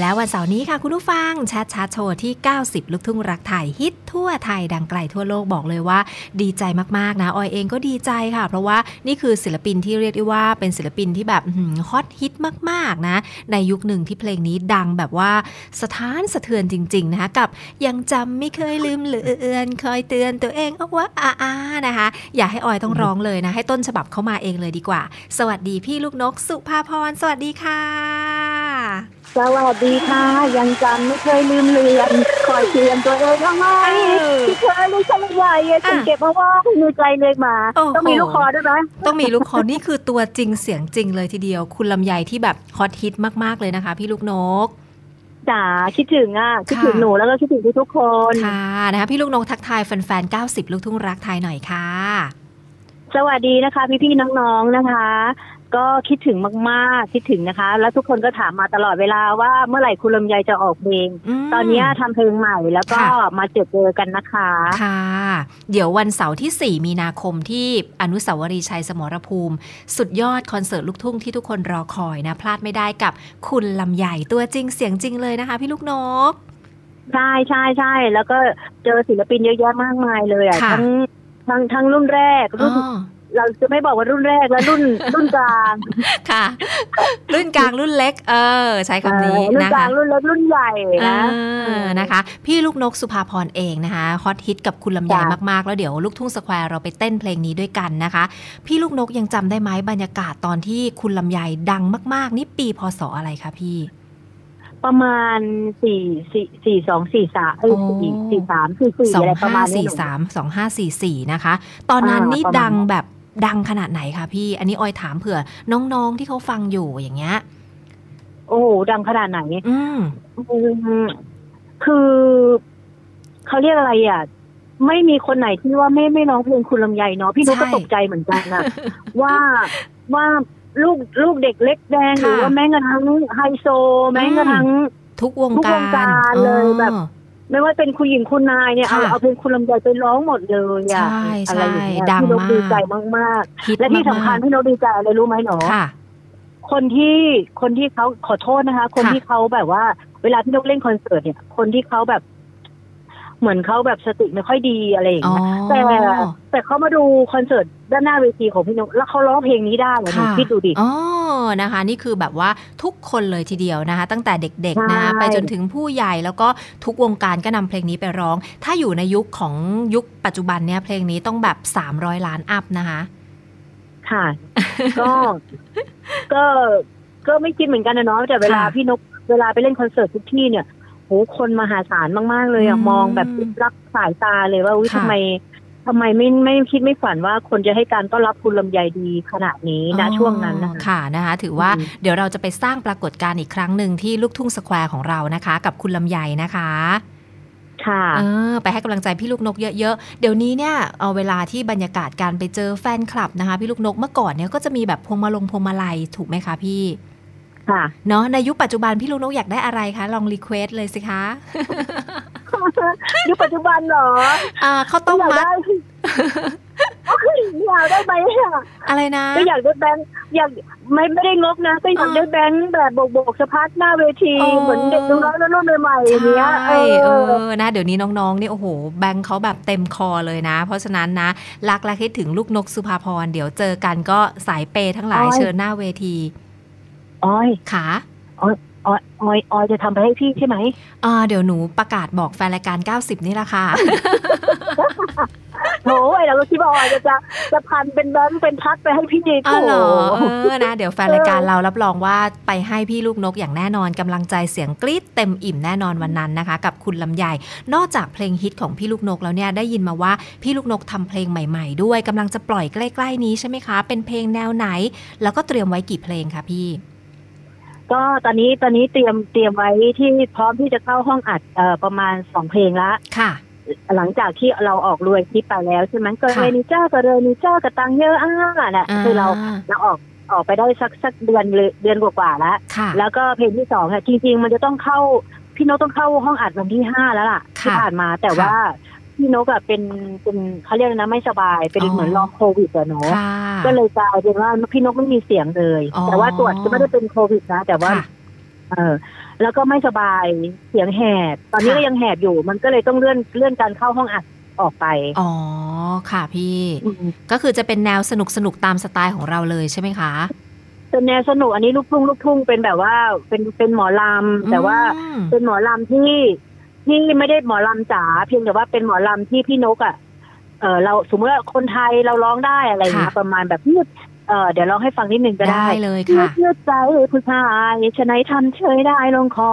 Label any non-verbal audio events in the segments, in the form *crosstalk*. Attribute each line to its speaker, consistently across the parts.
Speaker 1: แล้ววันเสาร์นี้ค่ะคุณผู้ฟังชัดชัดโชว์ที่ 90 ลูกทุ่งรักไทยฮิตทั่วไทยดังไกลทั่วโลกบอกเลยว่า ดีใจมาก ๆ นะ ออยเองก็ดีใจค่ะ เพราะว่านี่คือศิลปินที่เรียกได้ว่าเป็นศิลปินที่แบบอื้อหือฮอตฮิตมาก ๆ นะ ในยุคหนึ่งที่เพลงนี้ดังแบบว่าสะท้านสะเทือนจริง ๆ นะคะ กับยังจำไม่เคยลืมเลือนคอยเตือนตัวเองเอาไว่าอาอานะคะ อย่าให้ออยต้องร้องเลยนะ ให้ต้นฉบับเข้ามาเองเลยดีกว่า สวัสดีพี่ลูกนกสุภาพรสวัสดีค่ะ
Speaker 2: สวัสดีค่ะ ยังจำไม่เคยลืมเลือนคอยเตือนตัวเองเอาไว้ที่เธอรู้ฉันไม่ไหวอะฉันเก็บเอาไว้ในใจเลยหมา
Speaker 1: โอ้โห
Speaker 2: ต้องมีลูกคอด้วยไหม
Speaker 1: ต้องมีลูกคอนี่คือตัวจริงเสียงจริงเลยทีเดียว คุณลำไยที่แบบฮอตฮิตมากๆเลยนะคะ พี่ลูกนก
Speaker 2: จ๋าคิดถึงอ่ะ คิดถึง
Speaker 1: ค่ะ
Speaker 2: หนูแล้วก็คิดถึงทุกๆคน
Speaker 1: ค่ะนะคะพี่ลูกนกทักทายแฟนๆ 90 ลูกทุ่งรักไทยหน่อยค่ะ
Speaker 2: สวัสดีนะคะพี่พี่ๆน้องๆนะคะ ก็คิดถึงมากๆคิดถึงนะคะ แล้วทุกคนก็ถามมาตลอดเวลาว่าเมื่อไหร่คุณลำไยจะออกเพลง
Speaker 1: ม
Speaker 2: ตอนนี้ทำเพลงใหม่แล้วก็
Speaker 1: ค่ะ
Speaker 2: มาเจอเจอกันนะคะ
Speaker 1: ค่ะ เดี๋ยววันเสาร์ที่ 4 มีนาคมที่อนุสาวรีย์ชัยสมรภูมิ สุดยอดคอนเสิร์ตลูกทุ่งที่ทุกคนรอคอยนะ พลาดไม่ได้กับคุณลำไยตัวจริงเสียงจริงเลยนะคะ พี่ลูกนก
Speaker 2: ใช่ใช่ใช่แล้วก็เจอศิลปินเยอะแยะมากมายเลยอ่ะ
Speaker 1: ค่ะ
Speaker 2: ทั้งทั้งทั้งรุ่นแรก
Speaker 1: อ๋
Speaker 2: รุ่น
Speaker 1: อ
Speaker 2: เราจะไม่บอกว่ารุ่นแรกและรุ่น รุ่นกลาง
Speaker 1: ค่ะ รุ่นกลางรุ่นเล็ก เออ ใช้คำนี้
Speaker 2: เออรุ่น
Speaker 1: นะ
Speaker 2: กลา
Speaker 1: คะ
Speaker 2: งรุ่นเล็กรุ่นใหญ่นะ
Speaker 1: เออนะคะ พี่ลูกนกสุภาพรเองนะคะฮอตฮิตกับคุณลำไย
Speaker 2: จ้ะ
Speaker 1: มากๆ แล้วเดี๋ยวลูกทุ่งสแควร์เราไปเต้นเพลงนี้ด้วยกันนะคะ พี่ลูกนกยังจำได้ไหมบรรยากาศตอนที่คุณลำไยดังมาก ๆ นี่ปีพศอะไรคะพี่
Speaker 2: ประมาณสี่สี่สี่สองสี่สามเอ้ยสี่
Speaker 1: โอ้
Speaker 2: สี่สามสี่สี่
Speaker 1: สอง
Speaker 2: อะไรประ
Speaker 1: ห้า
Speaker 2: มาณนี้
Speaker 1: สี่
Speaker 2: หนู
Speaker 1: สามสองห้าสี่สี่นะคะ ตอนนั้น
Speaker 2: อ่านี่
Speaker 1: นี่
Speaker 2: ประมาณ
Speaker 1: ดังแบบดังขนาดไหนคะพี่ อันนี้ออยถามเผื่อน้องๆที่เขาฟังอยู่อย่างเงี้ย
Speaker 2: โอ้โหดังขนาดไหน
Speaker 1: อืม
Speaker 2: อืมคือเขาเรียกอะไรอ่ะ ไม่มีคนไหนที่ว่าไม่ไม่ร้องเพลงคุณลำไยเนาะพี่นุ๊กก็
Speaker 1: ใช่
Speaker 2: ตกใจเหมือนกันนะ
Speaker 1: *laughs*
Speaker 2: ว่าว่าลูกลูกเด็กเล็กแดงห
Speaker 1: ค่ะ
Speaker 2: รือว่าแม้กระทั่งไฮโซ แม้กระทั่ง
Speaker 1: ทุกวง
Speaker 2: ทุกว
Speaker 1: กาง ร
Speaker 2: การเลยแบบ
Speaker 1: อ๋อ
Speaker 2: ไม่ว่าเป็นคุณหญิงคุณนายเนี่ยเอา
Speaker 1: ค่ะ
Speaker 2: เอาเพลงคุณลำไยไปร้องหมดเลยอะ
Speaker 1: ใช่
Speaker 2: อะไรอย่างเงี้ย
Speaker 1: ใช่ดัง
Speaker 2: พี่
Speaker 1: มาก
Speaker 2: นกดีใจมาก
Speaker 1: ฮิต
Speaker 2: ๆ และที่สำคัญ
Speaker 1: มาก
Speaker 2: พี่นกดีใจอะไรรู้ไหมหนอ
Speaker 1: ๆค่ะ
Speaker 2: คนที่คนที่เขาขอโทษนะคะ คนที่เขาแบบว่า เวลาพี่นกเล่นคอนเสิร์ตเนี่ย คนที่เขาแบบ เหมือนเขาแบบสติไม่ค่อยดีอะไรอย่าง
Speaker 1: อ๋อ
Speaker 2: เงี้ยแต่แต่เขามาดูคอนเสิร์ตด้านหน้าเวทีของพี่นกแล้วเขาร้องเพลงนี้ได้เหรอหนู
Speaker 1: ค่ะ
Speaker 2: คิดดูดิ
Speaker 1: อ๋อ นะคะ นี่คือแบบว่าทุกคนเลยทีเดียวนะคะ ตั้งแต่เด็กๆนะ
Speaker 2: ใช่
Speaker 1: ไปจนถึงผู้ใหญ่แล้วก็ทุกวงการก็นำเพลงนี้ไปร้อง ถ้าอยู่ในยุคของยุคปัจจุบันเนี่ยเพลงนี้ต้องแบบ 300 ล้านอัพนะคะ
Speaker 2: ค่ะ ก็ ก็ ก็ไม่คิดเหมือนกันนะเนาะ แต่เวลา
Speaker 1: ค่ะ
Speaker 2: พี่นก เวลาไปเล่นคอนเสิร์ตทุกที่เนี่ยโหคนมหาศาลมาก ๆ เลยอะ
Speaker 1: อืม
Speaker 2: มองแบบลึกลับสายตาเลยว่าอุ๊ย
Speaker 1: ค่ะ
Speaker 2: ทำไมทำไมไม่ไม่คิดไม่ฝันว่าคนจะให้การต้อนรับคุณลำไยดีขนาดนี้นะช่วงนั้นนะ
Speaker 1: อ๋อ
Speaker 2: คะ
Speaker 1: ค่ะนะคะ ถือว่า
Speaker 2: อืม
Speaker 1: เดี๋ยวเราจะไปสร้างปรากฏการณ์อีกครั้งหนึ่งที่ลูกทุ่งสแควร์ของเรานะคะ กับคุณลำไยนะคะ
Speaker 2: ค่ะ
Speaker 1: เออไปให้กำลังใจพี่ลูกนกเยอะๆ เดี๋ยวนี้เนี่ยเอาเวลาที่บรรยากาศการไปเจอแฟนคลับนะคะ พี่ลูกนกเมื่อก่อนเนี่ยก็จะมีแบบพวงมาลงพวงมาลัยถูกไหมคะพี่
Speaker 2: ค่ะ
Speaker 1: *laughs* เนาะในยุคปัจจุบันพี่ลูกนกอยากได้อะไรคะลองรีเควสเลยสิคะ
Speaker 2: ยุคปัจจุบันเหรอ
Speaker 1: อ่าข้าวต้ม
Speaker 2: อยาก
Speaker 1: มัด
Speaker 2: ได้
Speaker 1: *laughs*
Speaker 2: อยากได้ไหมอะ
Speaker 1: อะไรนะ
Speaker 2: ก็อยากได้แบงค์อยากไม่ไม่ได้งบนะก็อยากได้แบงค์แบบโบกๆสะพัดหน้าเวที
Speaker 1: อ๋อ
Speaker 2: เหมือนเด็กน้อยๆแล้วรุ่นใหม่ๆอย่างเงี้ย
Speaker 1: ใช่เออนะเดี๋ยวนี้น้องๆเนี่ยโอ้โหแบงค์เขาแบบเต็มคอเลยนะ เพราะฉะนั้นนะรักและคิดถึงลูกนกสุภาพรเดี๋ยวเจอกันก็สายเปย์ทั้งหลาย
Speaker 2: โอ้ย
Speaker 1: เชิญหน้าเวที
Speaker 2: ออย
Speaker 1: ขา
Speaker 2: ออยออยออยจะทำไปให้พี่ใช่ไหม
Speaker 1: อ่าเดี๋ยวหนูประกาศบอกแฟนรายการ 90 นี่ละค่ะ
Speaker 2: โหยเราก็คิดว่าออยจะจะจะพันเป็นแบงค์เป็นพัดไปให้พี่ดี
Speaker 1: อ๋อ
Speaker 2: กู
Speaker 1: เหรอเออนะ เดี๋ยวแฟนรายการเรารับรองว่าไปให้พี่ลูกนกอย่างแน่นอนกำลังใจเสียงกรี๊ดเต็มอิ่มแน่นอนวันนั้นนะคะ กับคุณลำไยนอกจากเพลงฮิตของพี่ลูกนกแล้วเนี่ยได้ยินมาว่าพี่ลูกนกทำเพลงใหม่ๆ ด้วยกำลังจะปล่อยใกล้ ๆ นี้ใช่ไหมคะ เป็นเพลงแนวไหน แล้วก็เตรียมไว้กี่เพลงคะพี่
Speaker 2: ก็ตอนนี้ตอนนี้เตรียมเตรียมไว้ที่พร้อมที่จะเข้าห้องอัดเอ่อประมาณสองเพลงละ
Speaker 1: ค่ะ
Speaker 2: หลังจากที่เราออกรวยคลิปไปแล้วใช่ไหมก็
Speaker 1: ค่ะ
Speaker 2: เรนิเจ้าก็เรนิเจ้าก็ตังเยอะอ่ะน่ะคือเราเราออก ออกไปได้สักสักเดือนหรือเดือนกว่าๆแล้ว
Speaker 1: ค่ะ
Speaker 2: แล้วก็เพลงที่สองค่ะจริงๆ มันจะต้องเข้าพี่นกต้องเข้าห้องอัดวันที่ห้าแล้วล่ะ
Speaker 1: ค่ะ
Speaker 2: ที่ผ่านมาแต่
Speaker 1: ค่ะ
Speaker 2: ว่าพี่นกอะเป็นเป็นเขาเรียกนะไม่สบายเป็น
Speaker 1: อ๋อ
Speaker 2: เหมือนลองโควิดอะเนาะ
Speaker 1: ค่ะ
Speaker 2: ก็เลยกลายเป็นว่าพี่นกไม่มีเสียงเลย
Speaker 1: อ๋อ
Speaker 2: แต่ว่าตรวจก็ไม่ได้เป็นโควิดนะแต่ว่า
Speaker 1: ค่ะ
Speaker 2: เออแล้วก็ไม่สบายเสียงแหบตอนนี้
Speaker 1: ค่ะ
Speaker 2: ก็ยังแหบอยู่ มันก็เลยต้องเลื่อนเลื่อนการเข้าห้องอัดออกไป
Speaker 1: อ๋อค่ะพี่
Speaker 2: ม
Speaker 1: ก็คือจะเป็นแนวสนุกสนุกๆตามสไตล์ของเราเลยใช่ไหมคะ
Speaker 2: แต่แนวสนุกอันนี้ลูกทุ่งลูกทุ่งเป็นแบบว่าเป็นเป็นหมอลำแต่ว่า
Speaker 1: อืม
Speaker 2: เป็นหมอลำที่ที่ไม่ได้หมอลำจ๋าเพียงแต่ว่าเป็นหมอลำที่พี่นกอะ่ะเออเราสมมติว่าคนไทยเราร้องได้อะไรอย่างเงี้ย
Speaker 1: ค่ะ
Speaker 2: ประมาณแบบยืดเออเดี๋ยวร้องให้ฟังนิดนึงก็
Speaker 1: ได้
Speaker 2: ได้
Speaker 1: เลย
Speaker 2: ยื
Speaker 1: ค่ะ
Speaker 2: ดยืดใจผู้ชายฉะไหนทำเฉยได้ลงคอ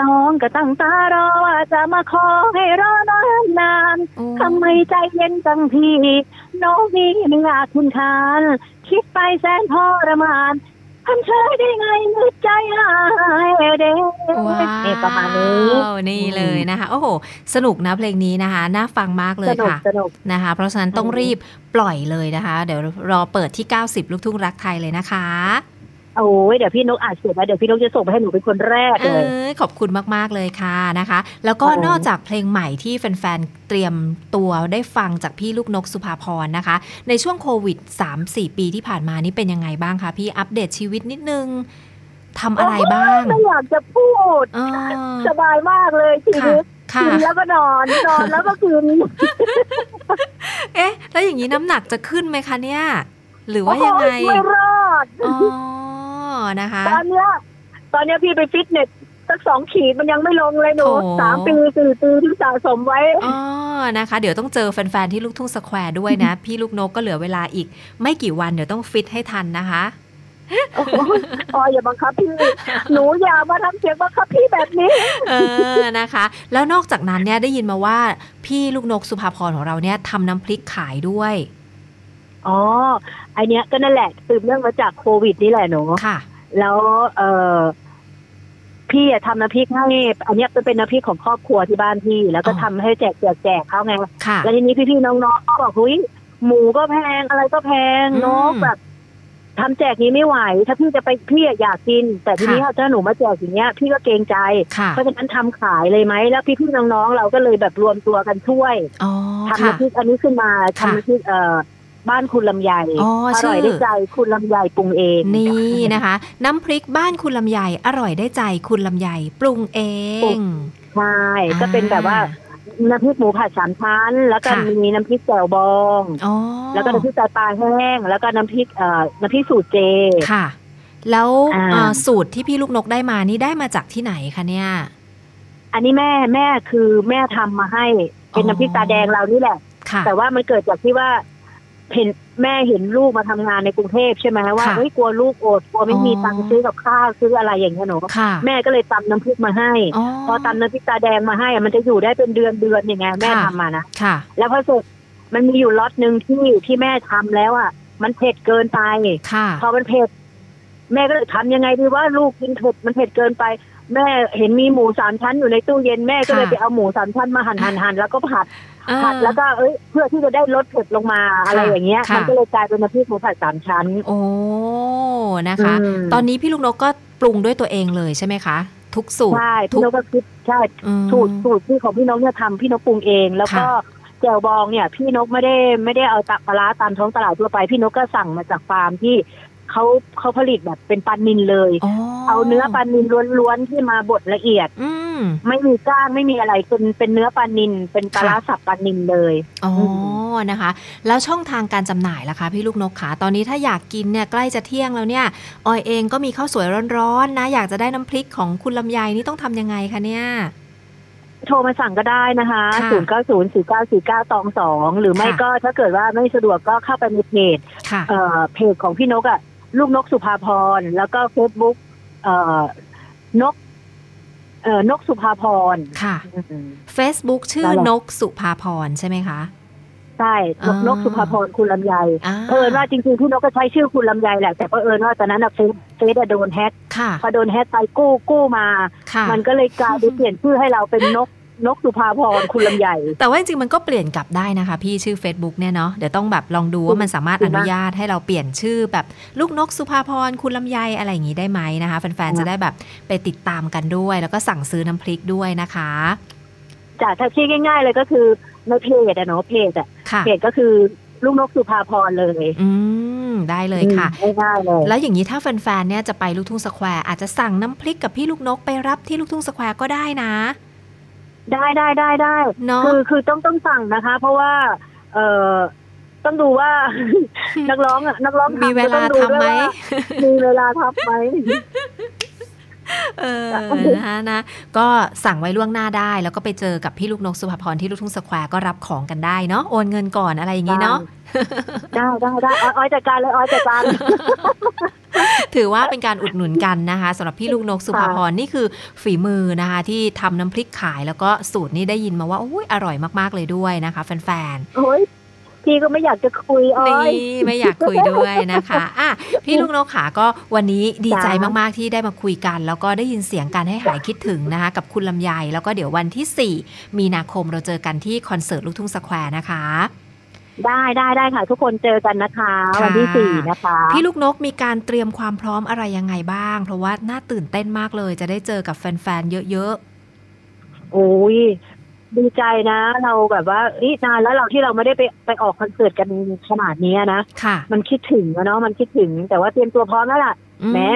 Speaker 2: น้องก็ตั้งตารอว่าจะมาขอให้รอนานนาน
Speaker 1: โอ้
Speaker 2: ทำไมใจเย็นจังพี่น้องนี่ไม่อยากคุณทานคิดไปแสนทรมานทำเฉยได้ไงมืดใจหายเด้
Speaker 1: ว้าว
Speaker 2: เนี่ยประมาณนี้
Speaker 1: นี่เลยนะคะ โอ้โห สนุกนะเพลงนี้นะคะ น่าฟังมากเลยค่ะ
Speaker 2: สนุก
Speaker 1: นะคะ เพราะฉะนั้นต้อง
Speaker 2: อืม
Speaker 1: รีบปล่อยเลยนะคะ เดี๋ยวรอเปิดที่ 90 ลูกทุ่งรักไทยเลยนะคะ
Speaker 2: โอ้ยเดี๋ยวพี่นกอ่านเสร็จแล้วเดี๋ยวพี่นกจะส่งไปให้หนูเป็นคนแรก
Speaker 1: เอ
Speaker 2: เลย
Speaker 1: อขอบคุณมาก ๆ เลยค่ะนะคะ แล้วก็
Speaker 2: ครับผม
Speaker 1: นอกจากเพลงใหม่ที่แฟน ๆ เตรียมตัวได้ฟังจากพี่ลูกนกสุภาพรนะคะ ในช่วงโควิด 3-4 ปีที่ผ่านมานี่เป็นยังไงบ้างคะพี่อัปเดตชีวิตนิดนึงทำอะไรบ้าง
Speaker 2: ไม่อยากจะพูด
Speaker 1: เออ
Speaker 2: สบายมากเลยชี
Speaker 1: ค่ะ
Speaker 2: วิต
Speaker 1: ค่ะ
Speaker 2: กินแล้วก็นอนนอนแล้วก็กิน
Speaker 1: เอ๊ะ แล้วอย่างนี้น้ำหนักจะขึ้นไหมคะเนี่ย หรือว่ายังไง
Speaker 2: โอ้ไม่รอด
Speaker 1: อ๋อ นะคะ
Speaker 2: ตอนเนี้ยตอนเนี้ยพี่ไปฟิตเนสสักสองขีดมันยังไม่ลงเลยหนู
Speaker 1: โถ
Speaker 2: สามปีสี่ปีที่สะสมไว้
Speaker 1: อ๋อ นะคะ เดี๋ยวต้องเจอแฟน ๆ ที่ลูกทุ่งสแควร์ด้วย
Speaker 2: *laughs*
Speaker 1: นะ พี่ลูกนกก็เหลือเวลาอีก ไม่กี่วันเดี๋ยวต้องฟิตให้ทันนะคะ
Speaker 2: โอ้โหออยอย่าบังคับพี่ หนูอย่ามาทำเสียงบังคับพี่แบบนี้
Speaker 1: เออ *laughs* นะคะ แล้วนอกจากนั้นเนี่ยได้ยินมาว่าพี่ลูกนกสุภาพรของเราเนี่ยทำน้ำพริกขายด้วย
Speaker 2: อ๋อไอเนี้ยก็นั่นแหละสืบเรื่องมาจากโควิดนี่แหละหนู
Speaker 1: ค่ะ
Speaker 2: แล้วเออพี่อะทำน้ำพริกให้อันเนี้ยเป็นน้ำพริกของครอบครัวที่บ้านพี่ แล้วก็
Speaker 1: อ๋อ
Speaker 2: ทำให้แจกแจกแจกเขาไง
Speaker 1: ค่ะ
Speaker 2: แล้วทีนี้พี่ๆน้องๆก็บอกหุ้ยหมูก็แพงอะไรก็แพง
Speaker 1: อืม
Speaker 2: เนาะแบบทำแจกนี้ไม่ไหว ถ้าพี่จะไปพี่อะอยากกิน แต่ทีนี้
Speaker 1: ค่ะ
Speaker 2: ถ้าหนูมาแจกอย่างเงี้ย พี่ก็เกรงใจ
Speaker 1: ค่ะ
Speaker 2: เพราะฉะนั้นทำขายเลยไหมแล้วพี่ๆน้องๆเราก็เลยแบบรวมตัวกันช่วย
Speaker 1: อ๋อ
Speaker 2: ทำ
Speaker 1: ค่ะ
Speaker 2: น้ำพริกอันนี้ขึ้นมา
Speaker 1: ค่ะ
Speaker 2: ทำน้ำพริกเอ่อบ้านคุณลำไย
Speaker 1: อ๋อชื่อ
Speaker 2: ร่
Speaker 1: อ
Speaker 2: อยได้ใจคุณลำไยปรุงเอง
Speaker 1: นี่นะคะ น้ำพริกบ้านคุณลำไยอร่อยได้ใจคุณลำไยปรุงเอง
Speaker 2: ใช่ก็เป็นแบบว่า
Speaker 1: อ่
Speaker 2: น้ำพริกหมูผัดสามชั้น แล้วก็
Speaker 1: ค่ะ
Speaker 2: มีน้ำพริกแจ่วบอง
Speaker 1: อ๋อ
Speaker 2: แล้วก็น้ำพริกไตปลาแห้ง แล้วก็น้ำพริกเอ่อน้ำพริกสูตรเจ
Speaker 1: ค่ะ แล้ว
Speaker 2: อ่า
Speaker 1: เอ่อสูตรที่พี่ลูกนกได้มานี่ได้มาจากที่ไหนคะเนี่ย
Speaker 2: อันนี้แม่แม่คือแม่ทำมาให้เป็น
Speaker 1: อ๋อ
Speaker 2: น้ำพริกตาแดงเรานี่แหละ
Speaker 1: ค่ะ
Speaker 2: แต่ว่ามันเกิดจากที่ว่าเห็นแม่เห็นลูกมาทำงานในกรุงเทพใช่ไหมว่า
Speaker 1: ค่ะ
Speaker 2: เฮ้ยกลัวลูกอดกลัวไม่มี
Speaker 1: อ๋อ
Speaker 2: ตังค์ซื้อกับข้าวซื้ออะไรอย่างเงี้ยหนู
Speaker 1: ค่ะ
Speaker 2: แม่ก็เลยตำน้ำพริกมาให้
Speaker 1: อ๋อ
Speaker 2: พอตำน้ำพริกตาแดงมาให้อะมันจะอยู่ได้เป็นเดือนเดือนอย่างเงี้ยแม่
Speaker 1: ค่ะ
Speaker 2: ทำมานะ
Speaker 1: ค่ะ
Speaker 2: แล้วพอสุกมันมีอยู่ล็อตหนึ่งที่ที่แม่ทำแล้วอ่ะ มันเผ็ดเกินไป
Speaker 1: ค่ะ
Speaker 2: พอมันเผ็ด แม่ก็เลยทำยังไงดีว่าลูกกินเผ็ดมันเผ็ดเกินไป แม่เห็นมีหมูสามชั้นอยู่ในตู้เย็นแม่ก็เลย
Speaker 1: ค่ะ
Speaker 2: ไปเอาหมูสามชั้นมาหั่นหั่นหั่นแล้วก็ผัด
Speaker 1: เออ
Speaker 2: ผัดแล้วก็เอ้ยเพื่อที่จะได้ลดเผ็ดลงมาอะไรอย่างเงี้ย
Speaker 1: ค่ะ
Speaker 2: มันก็เลยกลายเป็นน้ำพริกหมูผัดสามชั้น
Speaker 1: โอ้ นะคะ
Speaker 2: ม
Speaker 1: ตอนนี้พี่ลูกนกก็ปรุงด้วยตัวเองเลยใช่ไหมคะ ทุกสูตร
Speaker 2: ใช่
Speaker 1: ทุ
Speaker 2: พี่นกก็คิดใช่
Speaker 1: อืม
Speaker 2: สูตรสูตรที่ของพี่นกเนี่ยทำพี่นกปรุงเอง แล้วก็
Speaker 1: ค่ะ
Speaker 2: แจวบองเนี่ย พี่นกไม่ได้ไม่ได้เอาตักปลาร้าตามท้องตลาดทั่วไป พี่นกก็สั่งมาจากฟาร์มที่เขาเขาผลิตแบบเป็นปลานินเลย
Speaker 1: อ๋
Speaker 2: เอาเนื้อปลานินล้วนๆที่มาบดละเอียด
Speaker 1: อืม
Speaker 2: ไม่มีกล้างไม่มีอะไรเป็นเป็นเนื้อปลานิน เป็นปลาร้าสับปลานินเลย
Speaker 1: อ๋ออ
Speaker 2: ม
Speaker 1: นะคะ แล้วช่องทางการจำหน่ายล่ะคะ พี่ลูกนกขาตอนนี้ถ้าอยากกินเนี่ยใกล้จะเที่ยงแล้วเนี่ย ออยเองก็มีข้าวสวยร้อนๆนะ อยากจะได้น้ำพริกของคุณลำไยนี่ต้องทำยังไงคะเนี่ย
Speaker 2: โทรมาสั่งก็ได้นะคะ
Speaker 1: ค่ะ
Speaker 2: 0 9 0 4 9 4 9ตองสองหรือไม่
Speaker 1: ค่ะ
Speaker 2: ก็ถ้าเกิดว่าไม่สะดวกก็เข้าไปในเพจ
Speaker 1: ค่ะ
Speaker 2: เอ่อเพจของพี่นกอะลูกนกสุภาพร แล้วก็เฟซบุ๊กเอ่อนกเอ่อนกสุภาพร
Speaker 1: ค่ะ
Speaker 2: อืม
Speaker 1: Facebook ชื่อ
Speaker 2: แล้วล่ะ
Speaker 1: นกสุภาพรใช่ไหมคะ
Speaker 2: ใช่นก
Speaker 1: อ่าน น
Speaker 2: กสุภาพรคุณลำไย
Speaker 1: อ่า
Speaker 2: เผอิญว่าจริงๆพี่นกก็ใช้ชื่อคุณลำไยแหละแต่เผอิญว่าตอนนั้นอะเฟซเฟซอะโดนแฮก
Speaker 1: ค่ะ
Speaker 2: พอโดนแฮกไปกู้กู้มา
Speaker 1: ค่ะ
Speaker 2: มันก็เลยกลายไปเปลี่ยนชื่อให้เราเป็นนก นกสุภาพรคุณลำใหญ่
Speaker 1: แต่ว่าจริงๆมันก็เปลี่ยนกลับได้นะคะ พี่ชื่อ Facebook เนี่ยเนาะเดี๋ยวต้องแบบลองดูว่ามันสามารถ
Speaker 2: ถู
Speaker 1: อก
Speaker 2: มาก
Speaker 1: นุญาตให้เราเปลี่ยนชื่อแบบลูกนกสุภาพรคุณลำไยอะไรอย่างนี้ได้ไหมนะคะแฟนๆจะได้แบบไปติดตามกันด้วย แล้วก็สั่งซื้อน้ำพริกด้วยนะคะ
Speaker 2: จากถ้าคิดง่าย ๆ เลยก็คือในเพจอะเนาะเพจอะ
Speaker 1: ค่ะ
Speaker 2: เพจก็คือลูกนกสุภาพรเลย
Speaker 1: อืมได้เลยค่ะ
Speaker 2: อืมง่ายๆเลย
Speaker 1: แล้วอย่างนี้ถ้าแฟนๆเนี่ยจะไปลูกทุ่งสแควร์อาจจะสั่งน้ำพริกกับพี่ลูกนกไปรับที่ลูกทุ่งสแควร์ก็ได้นะ
Speaker 2: ได้ได้ได้ได้
Speaker 1: เนาะ
Speaker 2: คือคือต้องต้องสั่งนะคะ เพราะว่า เออต้องดู
Speaker 1: *laughs*
Speaker 2: ว่า นักร้องอะนักร้อง
Speaker 1: มีเวลา
Speaker 2: ก็ต้องดู
Speaker 1: ทำไหม
Speaker 2: ด้วยว่ามีเวลาทำไหม
Speaker 1: เออนะคะนะก็สั่งไว้ล่วงหน้าได้ แล้วก็ไปเจอกับพี่ลูกนกสุภาพรที่ลูกทุ่งสแควร์ก็รับของกันได้เนาะโอนเงินก่อนอะไรอย่างนี้เนาะ
Speaker 2: ได้ได้ได้ออยออยจัดการเลยออยจัดการ
Speaker 1: *laughs* ถือว่าเป็นการอุดหนุนกันนะคะสำหรับพี่ลูกนกสุภาพรนี่คือฝีมือนะคะ ที่ทำน้ำพริกขายแล้วก็สูตรนี้ได้ยินมาว่าอุ้ยอร่อยมากๆเลยด้วยนะคะแฟนๆ
Speaker 2: โอ้ยพี่ก็ไม่อยากจะคุยออย
Speaker 1: นี่ไม่อยากคุยด้วยนะคะอ่ะพี่ลูกนกขาก็วันนี้ดีใจ
Speaker 2: จ้าม
Speaker 1: มาก ๆ ที่ได้มาคุยกัน แล้วก็ได้ยินเสียงกันให้หายคิดถึงนะคะ กับคุณลำไยแล้วก็เดี๋ยววันที่ 4 มีนาคมเราเจอกันที่คอนเสิร์ตลูกทุ่งสแควร์นะคะ
Speaker 2: ได้ได้ได้ค่ะ ทุกคนเจอกันนะคะ
Speaker 1: ค่ะ
Speaker 2: วันที่สี่นะคะ
Speaker 1: พี่ลูกนกมีการเตรียมความพร้อมอะไรยังไงบ้าง เพราะว่าน่าตื่นเต้นมากเลย จะได้เจอกับแฟน ๆ เยอะ
Speaker 2: โอ้ยดีใจนะ เราแบบว่าอีนานแล้วเราที่เราไม่ได้ไปไปออกคอนเสิร์ตกันขนาดนี้นะ
Speaker 1: ๆ ค่ะ
Speaker 2: มันคิดถึงอะเนาะมันคิดถึง แต่ว่าเตรียมตัวพร้อมแล้วล่ะ
Speaker 1: อื
Speaker 2: แม่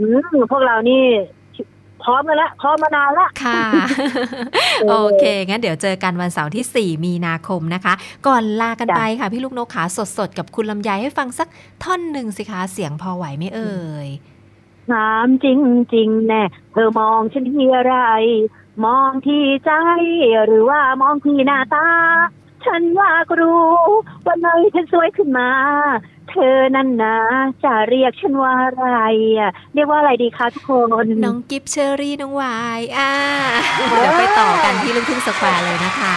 Speaker 2: อืมพวกเรานี่พร้อมกันละพร้อมมานานละ *laughs*
Speaker 1: ค่ะ โอเค งั้นเดี๋ยวเจอกันวันเสาร์ที่ 4 มีนาคมนะคะ ก่อนลากัน
Speaker 2: จ้ะ
Speaker 1: ไปค่ะ พี่ลูกนกขาสดๆ กับคุณลำไยให้ฟังสักท่อนหนึ่งสิคะเสียงพอไหวไหมเอ่ย
Speaker 2: ถามจริงจริงๆแน่เธอมองฉันที่อะไร มองที่ใจ หรือว่ามองที่หน้าตา ฉันว่าก็รู้วันไหนฉันสวยขึ้นมา เธอนั่นนะจะเรียกฉันว่าอะไรอะเรียกว่าอะไรดีคะทุกคน
Speaker 1: น้องกิฟเชอรี่น้องวายอ่าเดี๋ยวไปต่อกันที่ลูกทุ่งสแควร์เลยนะคะ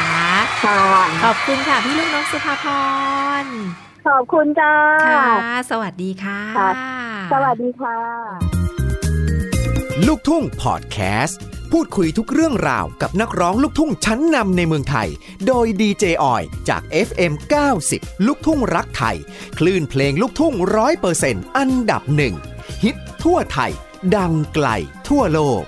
Speaker 2: ค่ะ
Speaker 1: ขอบคุณค่ะ พี่ลูกนกสุภาพร
Speaker 2: ขอบคุณจ้า
Speaker 1: ค่ะ สวัสดีค่ะ
Speaker 2: ค่ะ สวัสดีค่ะ
Speaker 3: ลูกทุ่งพอดแคสต์พูดคุยทุกเรื่องราวกับนักร้องลูกทุ่งชั้นนำในเมืองไทย โดยดีเจออยจาก FM 90 ลูกทุ่งรักไทย คลื่นเพลงลูกทุ่งร้อยเปอร์เซนต์อันดับหนึ่งฮิตทั่วไทย ดังไกลทั่วโลก